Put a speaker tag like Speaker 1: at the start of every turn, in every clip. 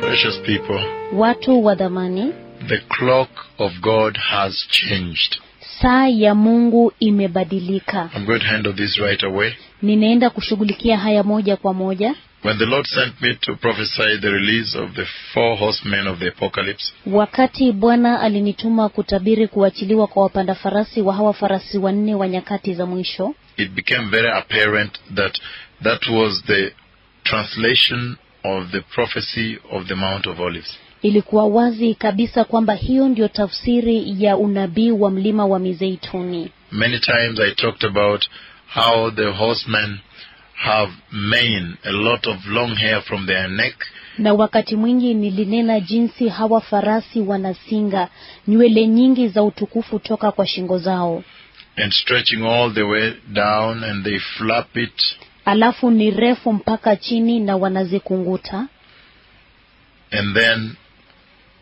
Speaker 1: precious people,
Speaker 2: watu wa dhamani,
Speaker 1: the clock of God has changed.
Speaker 2: saa ya Mungu imebadilika.
Speaker 1: I'm going to handle this right away.
Speaker 2: Ninaenda kushughulikia haya moja kwa moja.
Speaker 1: When the Lord sent me to prophesy the release of the four horsemen of the apocalypse,
Speaker 2: Wakati Bwana alinituma kutabiri kuachiliwa kwa wapanda farasi wa hawa farasi wanne wa nyakati za mwisho,
Speaker 1: it became very apparent that that was the translation of the prophecy of the Mount of Olives.
Speaker 2: ilikuwa wazi kabisa kwamba hiyo ndio tafsiri ya unabii wa mlima wa Mizeituni.
Speaker 1: Many times I talked about how the horsemen have mane, a lot of long hair from their neck,
Speaker 2: Na wakati mwingi nilinena jinsi hawa farasi wanasinga nywele nyingi za utukufu toka kwa shingo zao,
Speaker 1: and stretching all the way down, and they flap it,
Speaker 2: alafu ni refu mpaka chini na wanazikunguta.
Speaker 1: And then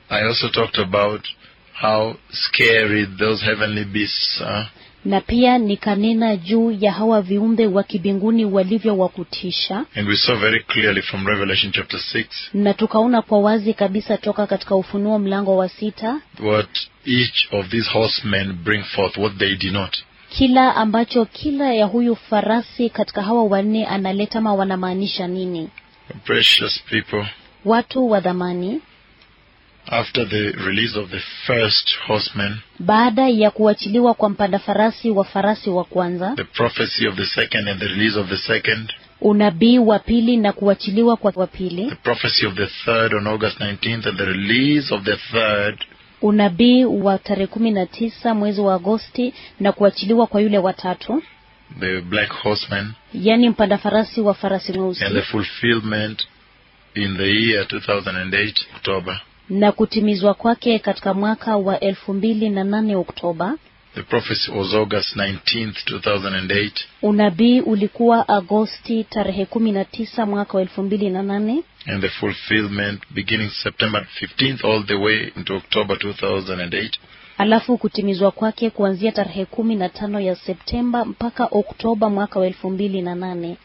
Speaker 1: I also talked about how scary those heavenly beasts are.
Speaker 2: na pia nikanena juu ya hawa viumbe wa kibinguni walivyo wa kutisha,
Speaker 1: And we saw very clearly from Revelation chapter 6
Speaker 2: na tukaona kwa wazi kabisa toka katika Ufunuo mlango wa sita
Speaker 1: what each of these horsemen bring forth, what they denote.
Speaker 2: kila ambacho kila ya huyu farasi katika hawa wanne analeta ama wanamaanisha nini.
Speaker 1: Precious people,
Speaker 2: Watu wa dhamani,
Speaker 1: after the release of the first horseman,
Speaker 2: baada ya kuachiliwa kwa mpanda farasi wa farasi wa kwanza,
Speaker 1: the prophecy of the second and the release of the second,
Speaker 2: unabii wa pili na kuachiliwa kwa wa pili,
Speaker 1: the prophecy of the third on August 19th and the release of the third,
Speaker 2: unabii wa tarehe kumi na tisa mwezi wa Agosti na kuachiliwa kwa yule watatu
Speaker 1: the black horseman,
Speaker 2: yaani mpanda farasi wa farasi mweusi
Speaker 1: and the fulfillment in the year 2008, October.
Speaker 2: na kutimizwa kwake katika mwaka wa elfu mbili na nane Oktoba.
Speaker 1: The prophecy was August 19th, 2008.
Speaker 2: Unabii ulikuwa Agosti tarehe kumi na tisa mwaka wa elfu mbili na nane
Speaker 1: And the fulfillment beginning September 15th all the way into October 2008.
Speaker 2: alafu kutimizwa kwake kuanzia tarehe kumi na tano ya Septemba mpaka Oktoba mwaka wa elfu mbili na nane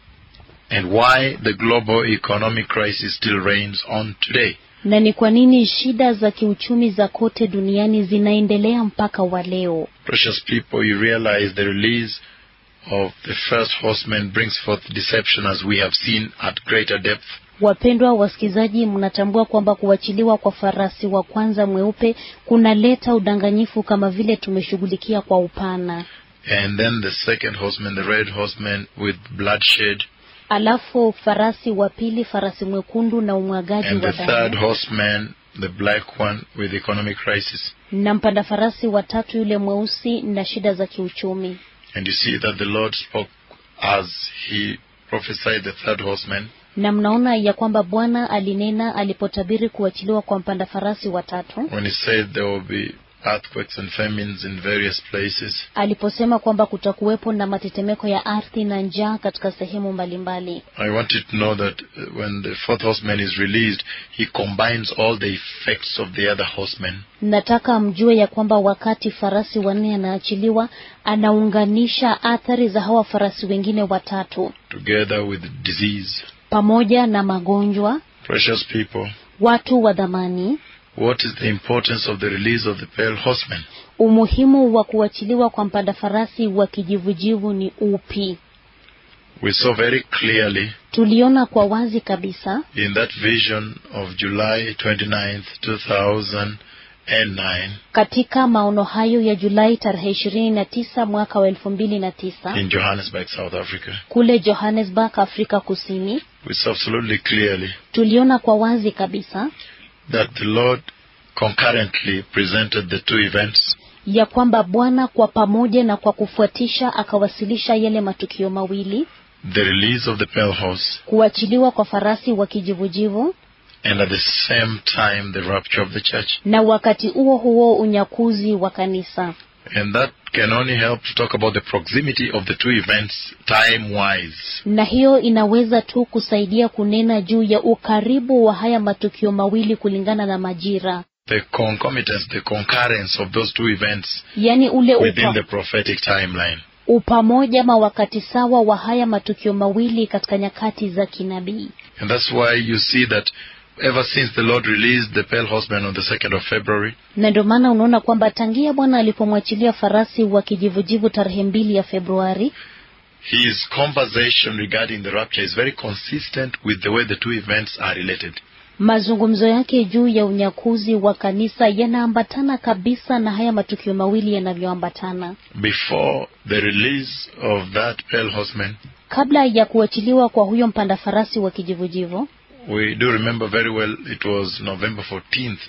Speaker 1: And why the global economic crisis still reigns on today.
Speaker 2: na ni kwa nini shida za kiuchumi za kote duniani zinaendelea mpaka wa leo.
Speaker 1: Precious people, you realize the release of the first horseman brings forth deception as we have seen at greater depth.
Speaker 2: Wapendwa wasikizaji, mnatambua kwamba kuachiliwa kwa farasi wa kwanza mweupe kunaleta udanganyifu kama vile tumeshughulikia kwa upana.
Speaker 1: And then the second horseman, the red horseman with bloodshed.
Speaker 2: Alafu farasi wa pili, farasi mwekundu na umwagaji
Speaker 1: And
Speaker 2: wa
Speaker 1: the third
Speaker 2: damu,
Speaker 1: horseman, the black one with economic crisis.
Speaker 2: na mpanda farasi wa tatu yule mweusi na shida za kiuchumi.
Speaker 1: And you see that the Lord spoke as he prophesied the third horseman.
Speaker 2: Na mnaona ya kwamba Bwana alinena alipotabiri kuachiliwa kwa mpanda farasi wa tatu,
Speaker 1: When he said there will be earthquakes and famines in various places,
Speaker 2: aliposema kwamba kutakuwepo na matetemeko ya ardhi na njaa katika sehemu mbalimbali.
Speaker 1: I want you to know that uh, when the fourth horseman is released, he combines all the effects of the other horsemen.
Speaker 2: Nataka mjue ya kwamba wakati farasi wanne anaachiliwa, anaunganisha athari za hawa farasi wengine watatu
Speaker 1: Together with disease.
Speaker 2: pamoja na magonjwa,
Speaker 1: Precious people,
Speaker 2: watu wa dhamani,
Speaker 1: what is the importance of the release of the pale horseman?
Speaker 2: umuhimu wa kuachiliwa kwa mpanda farasi wa kijivujivu ni upi?
Speaker 1: We saw very clearly
Speaker 2: Tuliona kwa wazi kabisa
Speaker 1: in that vision of July 29th, 2009,
Speaker 2: katika maono hayo ya Julai tarehe ishirini na tisa mwaka wa elfu mbili na tisa
Speaker 1: in Johannesburg, South Africa.
Speaker 2: kule Johannesburg, Afrika Kusini.
Speaker 1: We saw absolutely clearly
Speaker 2: Tuliona kwa wazi kabisa
Speaker 1: that the Lord concurrently presented the two events
Speaker 2: ya kwamba Bwana kwa pamoja na kwa kufuatisha akawasilisha yale matukio mawili,
Speaker 1: the release of the pearl horse
Speaker 2: kuachiliwa kwa farasi wa kijivujivu
Speaker 1: and at the same time the rapture of the church.
Speaker 2: na wakati huo huo unyakuzi wa kanisa.
Speaker 1: And that can only help to talk about the proximity of the two events time wise.
Speaker 2: Na hiyo inaweza tu kusaidia kunena juu ya ukaribu wa haya matukio mawili kulingana na majira,
Speaker 1: The concomitance, the concurrence of those two events
Speaker 2: yaani ule
Speaker 1: within the
Speaker 2: upa,
Speaker 1: prophetic timeline.
Speaker 2: upamoja ama wakati sawa wa haya matukio mawili katika nyakati za kinabii.
Speaker 1: And that's why you see that ever since the Lord released the pale horseman on the 2nd of February,
Speaker 2: na ndio maana unaona kwamba tangia Bwana alipomwachilia farasi wa kijivujivu tarehe mbili ya Februari,
Speaker 1: his conversation regarding the rapture is very consistent with the way the two events are related.
Speaker 2: mazungumzo yake juu ya unyakuzi wa kanisa yanaambatana kabisa na haya matukio mawili yanavyoambatana.
Speaker 1: Before the release of that pale horseman,
Speaker 2: Kabla ya kuachiliwa kwa huyo mpanda farasi wa kijivujivu,
Speaker 1: we do remember very well it was November 14th,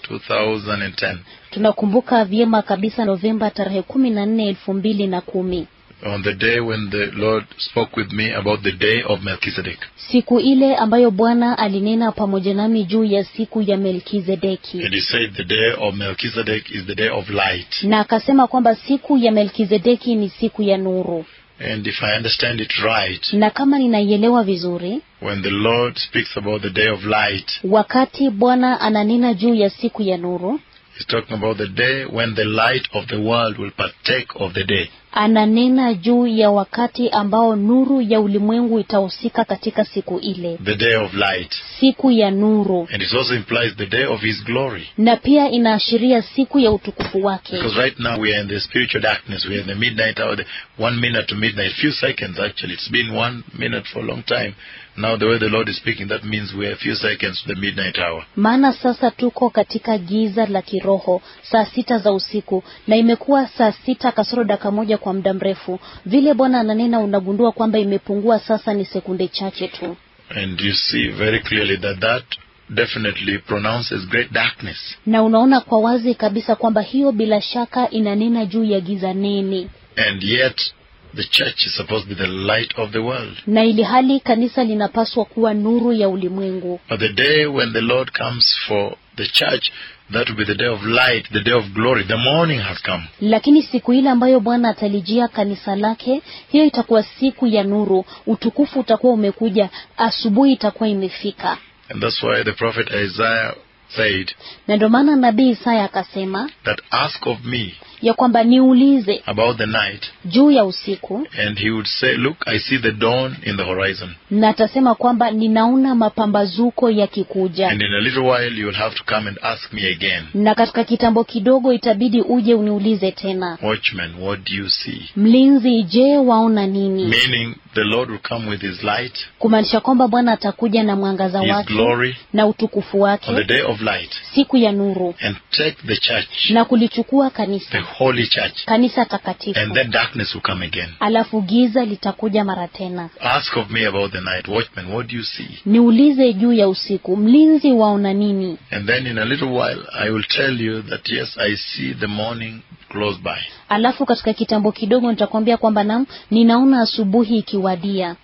Speaker 1: 2010.
Speaker 2: tunakumbuka vyema kabisa Novemba tarehe kumi na nne elfu mbili na kumi
Speaker 1: on the day when the Lord spoke with me about the day of Melchizedek.
Speaker 2: siku ile ambayo Bwana alinena pamoja nami juu ya siku ya Melkizedeki.
Speaker 1: And he said the day of Melchizedek is the day of light.
Speaker 2: na akasema kwamba siku ya Melkizedeki ni siku ya nuru,
Speaker 1: And if I understand it right,
Speaker 2: na kama ninaielewa vizuri,
Speaker 1: when the Lord speaks about the day of light,
Speaker 2: wakati Bwana ananena juu ya siku ya nuru,
Speaker 1: he's talking about the day when the light of the world will partake of the day.
Speaker 2: ananena juu ya wakati ambao nuru ya ulimwengu itahusika katika siku ile,
Speaker 1: The day of light.
Speaker 2: siku ya nuru,
Speaker 1: And it also implies the day of his glory.
Speaker 2: na pia inaashiria siku ya utukufu wake.
Speaker 1: Because right now we are in the spiritual darkness. We are in the midnight hour, the one minute to midnight, few seconds actually. It's been one minute for a long time. Now the way the Lord is speaking, that means we are a few seconds to the midnight hour.
Speaker 2: Maana sasa tuko katika giza la kiroho, saa sita za usiku, na imekuwa saa sita kasoro dakika moja kwa muda mrefu. Vile Bwana ananena, unagundua kwamba imepungua sasa, ni sekunde chache tu,
Speaker 1: And you see very clearly that that definitely pronounces great darkness.
Speaker 2: na unaona kwa wazi kabisa kwamba hiyo bila shaka inanena juu ya giza nene,
Speaker 1: And yet, the church is supposed to be the light of the world.
Speaker 2: na ili hali kanisa linapaswa kuwa nuru ya ulimwengu.
Speaker 1: But the day when the Lord comes for the church, that will be the day of light, the day of glory. The morning has come.
Speaker 2: Lakini siku ile ambayo Bwana atalijia kanisa lake, hiyo itakuwa siku ya nuru, utukufu utakuwa umekuja, asubuhi itakuwa imefika.
Speaker 1: And that's why the prophet Isaiah said
Speaker 2: na ndio maana nabii Isaya akasema
Speaker 1: that ask of me
Speaker 2: ya kwamba niulize
Speaker 1: about the night,
Speaker 2: juu ya usiku,
Speaker 1: and he would say, Look, I see the dawn in the horizon,
Speaker 2: na atasema kwamba ninaona mapambazuko yakikuja,
Speaker 1: and in a little while you will have to come and ask me again.
Speaker 2: na katika kitambo kidogo itabidi uje uniulize tena,
Speaker 1: Watchman, what do you see?
Speaker 2: mlinzi, je, waona nini?
Speaker 1: Meaning the Lord will come with his light,
Speaker 2: Kumaanisha kwamba Bwana atakuja na mwangaza
Speaker 1: his
Speaker 2: wake
Speaker 1: glory
Speaker 2: na utukufu
Speaker 1: on the
Speaker 2: wake,
Speaker 1: day of light,
Speaker 2: siku ya nuru,
Speaker 1: and take the church,
Speaker 2: na kulichukua
Speaker 1: the
Speaker 2: kanisa,
Speaker 1: holy church,
Speaker 2: kanisa
Speaker 1: and
Speaker 2: takatifu,
Speaker 1: then darkness will come again.
Speaker 2: alafu giza litakuja mara tena.
Speaker 1: Ask of me about the night, watchman, what do you see?
Speaker 2: Niulize juu ya usiku, mlinzi, waona nini?
Speaker 1: And then in a little while I will tell you that yes, I see the morning close by.
Speaker 2: Alafu katika kitambo kidogo nitakwambia kwamba nam ninaona asubuhi ikiwadia,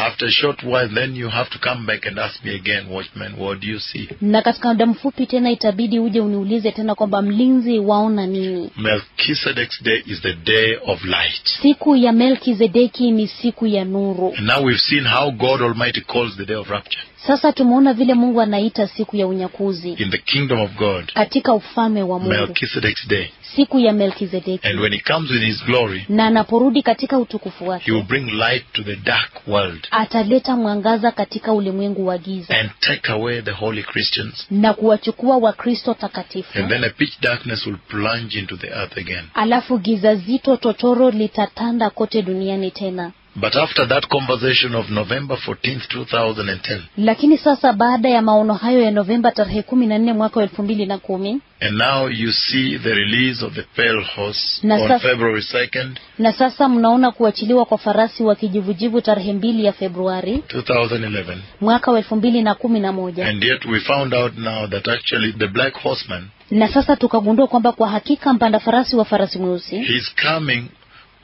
Speaker 1: After a short while, then you have to come back and ask me again, watchman, what do you see?
Speaker 2: na katika muda mfupi tena itabidi uje uniulize tena kwamba mlinzi, waona nini?
Speaker 1: Melchizedek's day is the day of light.
Speaker 2: Siku ya Melkizedeki ni siku ya nuru.
Speaker 1: And now we've seen how God Almighty calls the day of rapture.
Speaker 2: Sasa tumeona vile Mungu anaita siku ya unyakuzi
Speaker 1: In the kingdom of God,
Speaker 2: katika ufalme wa Mungu,
Speaker 1: Melchizedek's day.
Speaker 2: siku ya Melkizedeki,
Speaker 1: And when he comes in his glory,
Speaker 2: na anaporudi katika utukufu
Speaker 1: he will
Speaker 2: wake
Speaker 1: bring light to the dark world
Speaker 2: ataleta mwangaza katika ulimwengu wa giza
Speaker 1: and take away the holy Christians.
Speaker 2: na kuwachukua Wakristo takatifu.
Speaker 1: And then a pitch darkness will plunge into the earth again.
Speaker 2: Alafu giza zito totoro litatanda kote duniani tena.
Speaker 1: But after that conversation of November 14th, 2010,
Speaker 2: Lakini sasa baada ya maono hayo ya Novemba tarehe kumi na nne mwaka wa elfu mbili na kumi
Speaker 1: and now you see the release of the pale horse
Speaker 2: Na
Speaker 1: on
Speaker 2: sasa-
Speaker 1: February 2nd,
Speaker 2: na sasa mnaona kuachiliwa kwa farasi wa kijivujivu tarehe mbili ya Februari
Speaker 1: 2011.
Speaker 2: mwaka wa elfu mbili na kumi na moja
Speaker 1: And yet we found out now that actually the black horseman,
Speaker 2: na sasa tukagundua kwamba kwa hakika mpanda farasi wa farasi mweusi
Speaker 1: his coming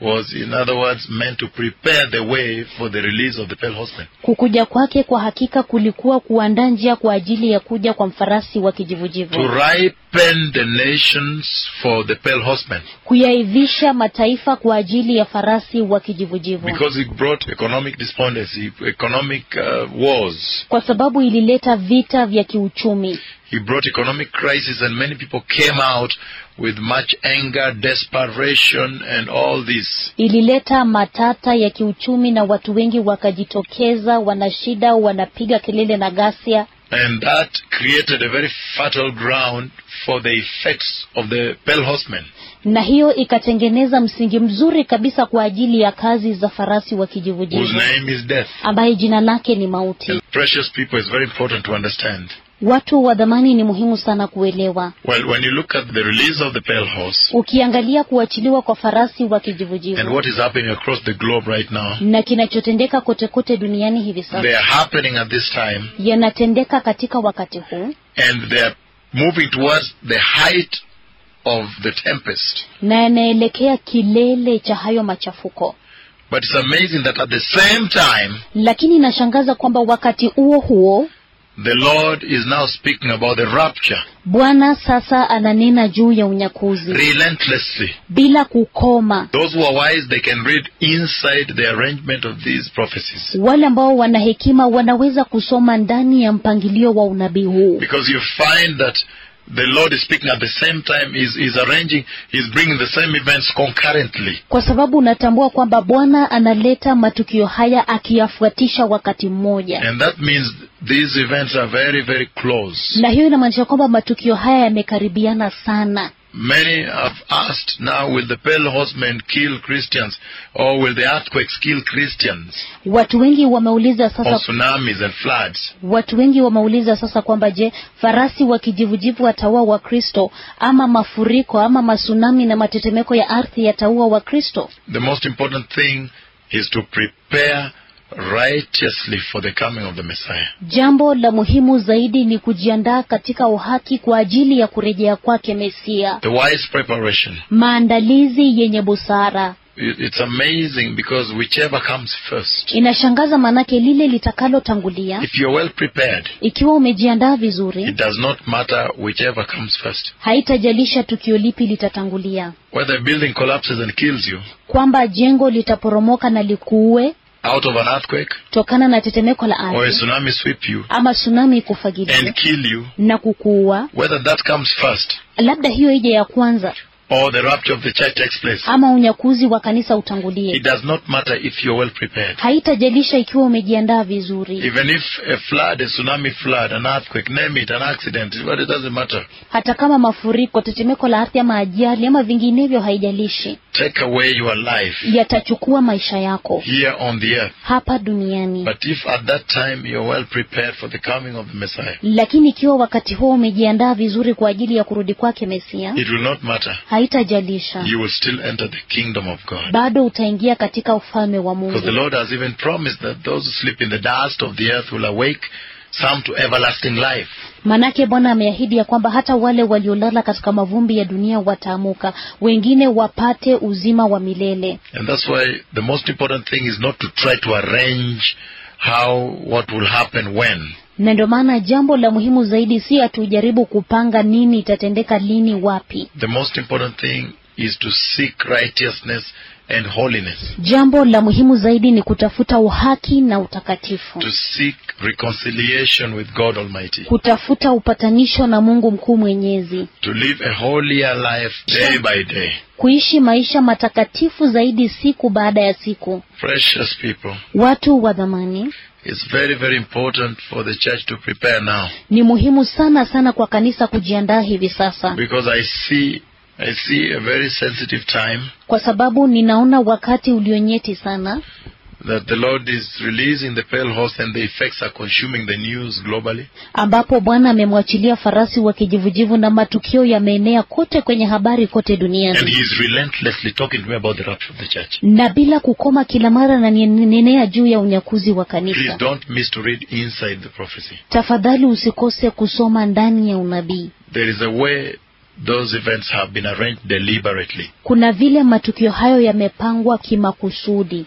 Speaker 1: was, in other words, meant to prepare the way for the release of the pale horseman.
Speaker 2: kukuja kwake kwa hakika kulikuwa kuandaa njia kwa ajili ya kuja kwa mfarasi wa
Speaker 1: to
Speaker 2: kijivujivu,
Speaker 1: ripen the nations for the pale horseman
Speaker 2: kuyaivisha mataifa kwa ajili ya farasi wa kijivujivu.
Speaker 1: because it brought economic despondency, economic uh, wars.
Speaker 2: kwa sababu ilileta vita vya kiuchumi
Speaker 1: He brought economic crisis, and many people came out with much anger, desperation, and all this.
Speaker 2: ilileta matata ya kiuchumi na watu wengi wakajitokeza wana shida wanapiga kelele na ghasia
Speaker 1: And that created a very fertile ground for the effects of the pale horsemen.
Speaker 2: na hiyo ikatengeneza msingi mzuri kabisa kwa ajili ya kazi za farasi wa
Speaker 1: whose
Speaker 2: kijivujivu
Speaker 1: name is death.
Speaker 2: ambaye jina lake ni mauti.
Speaker 1: And precious people is very important to understand.
Speaker 2: Watu wa dhamani ni muhimu sana kuelewa.
Speaker 1: Well, when you look at the release of the pale horse
Speaker 2: Ukiangalia kuachiliwa kwa farasi wa kijivujivu
Speaker 1: and what is happening across the globe right now,
Speaker 2: na kinachotendeka kote kote duniani hivi
Speaker 1: they
Speaker 2: sasa
Speaker 1: are happening at this time
Speaker 2: yanatendeka katika wakati huu
Speaker 1: and they are moving towards the height of the tempest.
Speaker 2: na yanaelekea kilele cha hayo machafuko,
Speaker 1: But it's amazing that at the same time,
Speaker 2: lakini inashangaza kwamba wakati huo huo
Speaker 1: the Lord is now speaking about the rapture
Speaker 2: Bwana sasa ananena juu ya unyakuzi
Speaker 1: relentlessly.
Speaker 2: bila kukoma.
Speaker 1: Those who are wise, they can read inside the arrangement of these prophecies.
Speaker 2: Wale ambao wana hekima wanaweza kusoma ndani ya mpangilio wa unabii huu,
Speaker 1: Because you find that the Lord is speaking at the same time, He's, he's arranging, He's bringing the same events concurrently.
Speaker 2: kwa sababu unatambua kwamba Bwana analeta matukio haya akiyafuatisha wakati mmoja,
Speaker 1: And that means these events are very, very close.
Speaker 2: na hiyo inamaanisha kwamba matukio haya yamekaribiana sana.
Speaker 1: Many have asked now, will the pale horsemen kill Christians or will the earthquakes kill Christians
Speaker 2: Watu wengi wameuliza
Speaker 1: or
Speaker 2: sasa,
Speaker 1: tsunamis and floods?
Speaker 2: watu wengi wameuliza sasa kwamba je, farasi wa kijivujivu wataua Wakristo ama mafuriko ama masunami na matetemeko ya ardhi yataua Wakristo?
Speaker 1: The most important thing is to prepare righteously for the coming of the Messiah.
Speaker 2: Jambo la muhimu zaidi ni kujiandaa katika uhaki kwa ajili ya kurejea kwake Mesia,
Speaker 1: The wise preparation.
Speaker 2: maandalizi yenye busara.
Speaker 1: It- It's amazing because whichever comes first,
Speaker 2: Inashangaza maanake lile litakalotangulia,
Speaker 1: if you're well prepared,
Speaker 2: ikiwa umejiandaa
Speaker 1: it
Speaker 2: vizuri,
Speaker 1: does not matter whichever comes first.
Speaker 2: haitajalisha tukio lipi litatangulia,
Speaker 1: Whether a building collapses and kills you
Speaker 2: kwamba jengo litaporomoka na likuue
Speaker 1: out of an earthquake
Speaker 2: tokana na tetemeko la
Speaker 1: or a
Speaker 2: ardhi
Speaker 1: tsunami sweep you
Speaker 2: ama tsunami kufagilia
Speaker 1: and kill you,
Speaker 2: na kukuua,
Speaker 1: whether that comes first
Speaker 2: labda hiyo ije ya kwanza,
Speaker 1: or the rapture of the church takes place,
Speaker 2: ama unyakuzi wa kanisa
Speaker 1: it
Speaker 2: utangulie,
Speaker 1: does not matter if you're well prepared.
Speaker 2: haitajalisha ikiwa umejiandaa vizuri.
Speaker 1: Even if a flood, a tsunami flood, an earthquake, name it, an accident, but it doesn't matter.
Speaker 2: hata kama mafuriko, tetemeko la ardhi ama ajali ama vinginevyo, haijalishi,
Speaker 1: Take away your life
Speaker 2: yatachukua maisha yako
Speaker 1: here on the earth.
Speaker 2: hapa duniani.
Speaker 1: But if at that time you're well prepared for the coming of the Messiah,
Speaker 2: Lakini ikiwa wakati huo umejiandaa vizuri kwa ajili ya kurudi kwake Mesia,
Speaker 1: it will not matter.
Speaker 2: haitajalisha,
Speaker 1: You will still enter the kingdom of God.
Speaker 2: bado utaingia katika ufalme wa
Speaker 1: Because the
Speaker 2: Mungu,
Speaker 1: Lord has even promised that those who sleep in the dust of the earth will awake, some to everlasting life.
Speaker 2: manake Bwana ameahidi ya kwamba hata wale waliolala katika mavumbi ya dunia wataamuka, wengine wapate uzima wa milele.
Speaker 1: And that's why the most important thing is not to try to arrange how, what will happen when.
Speaker 2: Na ndio maana jambo la muhimu zaidi si atujaribu kupanga nini itatendeka lini wapi,
Speaker 1: The most important thing is to seek righteousness and holiness,
Speaker 2: Jambo la muhimu zaidi ni kutafuta uhaki na utakatifu,
Speaker 1: to seek reconciliation with God Almighty,
Speaker 2: kutafuta upatanisho na Mungu mkuu mwenyezi,
Speaker 1: to live a holier life day by day.
Speaker 2: kuishi maisha matakatifu zaidi siku baada ya siku.
Speaker 1: Precious people,
Speaker 2: Watu wa dhamani,
Speaker 1: it's very, very important for the church to prepare now
Speaker 2: ni muhimu sana sana kwa kanisa kujiandaa hivi sasa,
Speaker 1: because I see, I see a very sensitive time
Speaker 2: kwa sababu ninaona wakati ulionyeti sana
Speaker 1: that the Lord is releasing the pale horse and the effects are consuming the news globally.
Speaker 2: ambapo Bwana amemwachilia farasi wa kijivujivu na matukio yameenea kote kwenye habari kote
Speaker 1: And he
Speaker 2: duniani
Speaker 1: is relentlessly talking to me about the rapture of the church.
Speaker 2: na bila kukoma, kila mara nanenea juu ya unyakuzi wa
Speaker 1: Please
Speaker 2: kanisa.
Speaker 1: don't miss to read inside the prophecy.
Speaker 2: Tafadhali usikose kusoma ndani ya unabii.
Speaker 1: There is a way those events have been arranged deliberately.
Speaker 2: Kuna vile matukio hayo yamepangwa kimakusudi,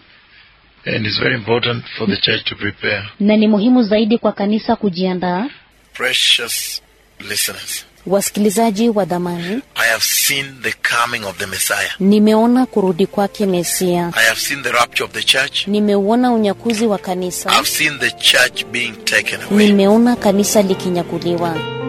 Speaker 1: And it's very important for the church to prepare.
Speaker 2: na ni muhimu zaidi kwa kanisa kujiandaa.
Speaker 1: Precious listeners,
Speaker 2: Wasikilizaji wa dhamani,
Speaker 1: I have seen the coming of the Messiah.
Speaker 2: nimeona kurudi kwake Mesia,
Speaker 1: I have seen the rapture of the church.
Speaker 2: nimeuona unyakuzi wa kanisa,
Speaker 1: I've seen the church being taken away.
Speaker 2: nimeona kanisa likinyakuliwa.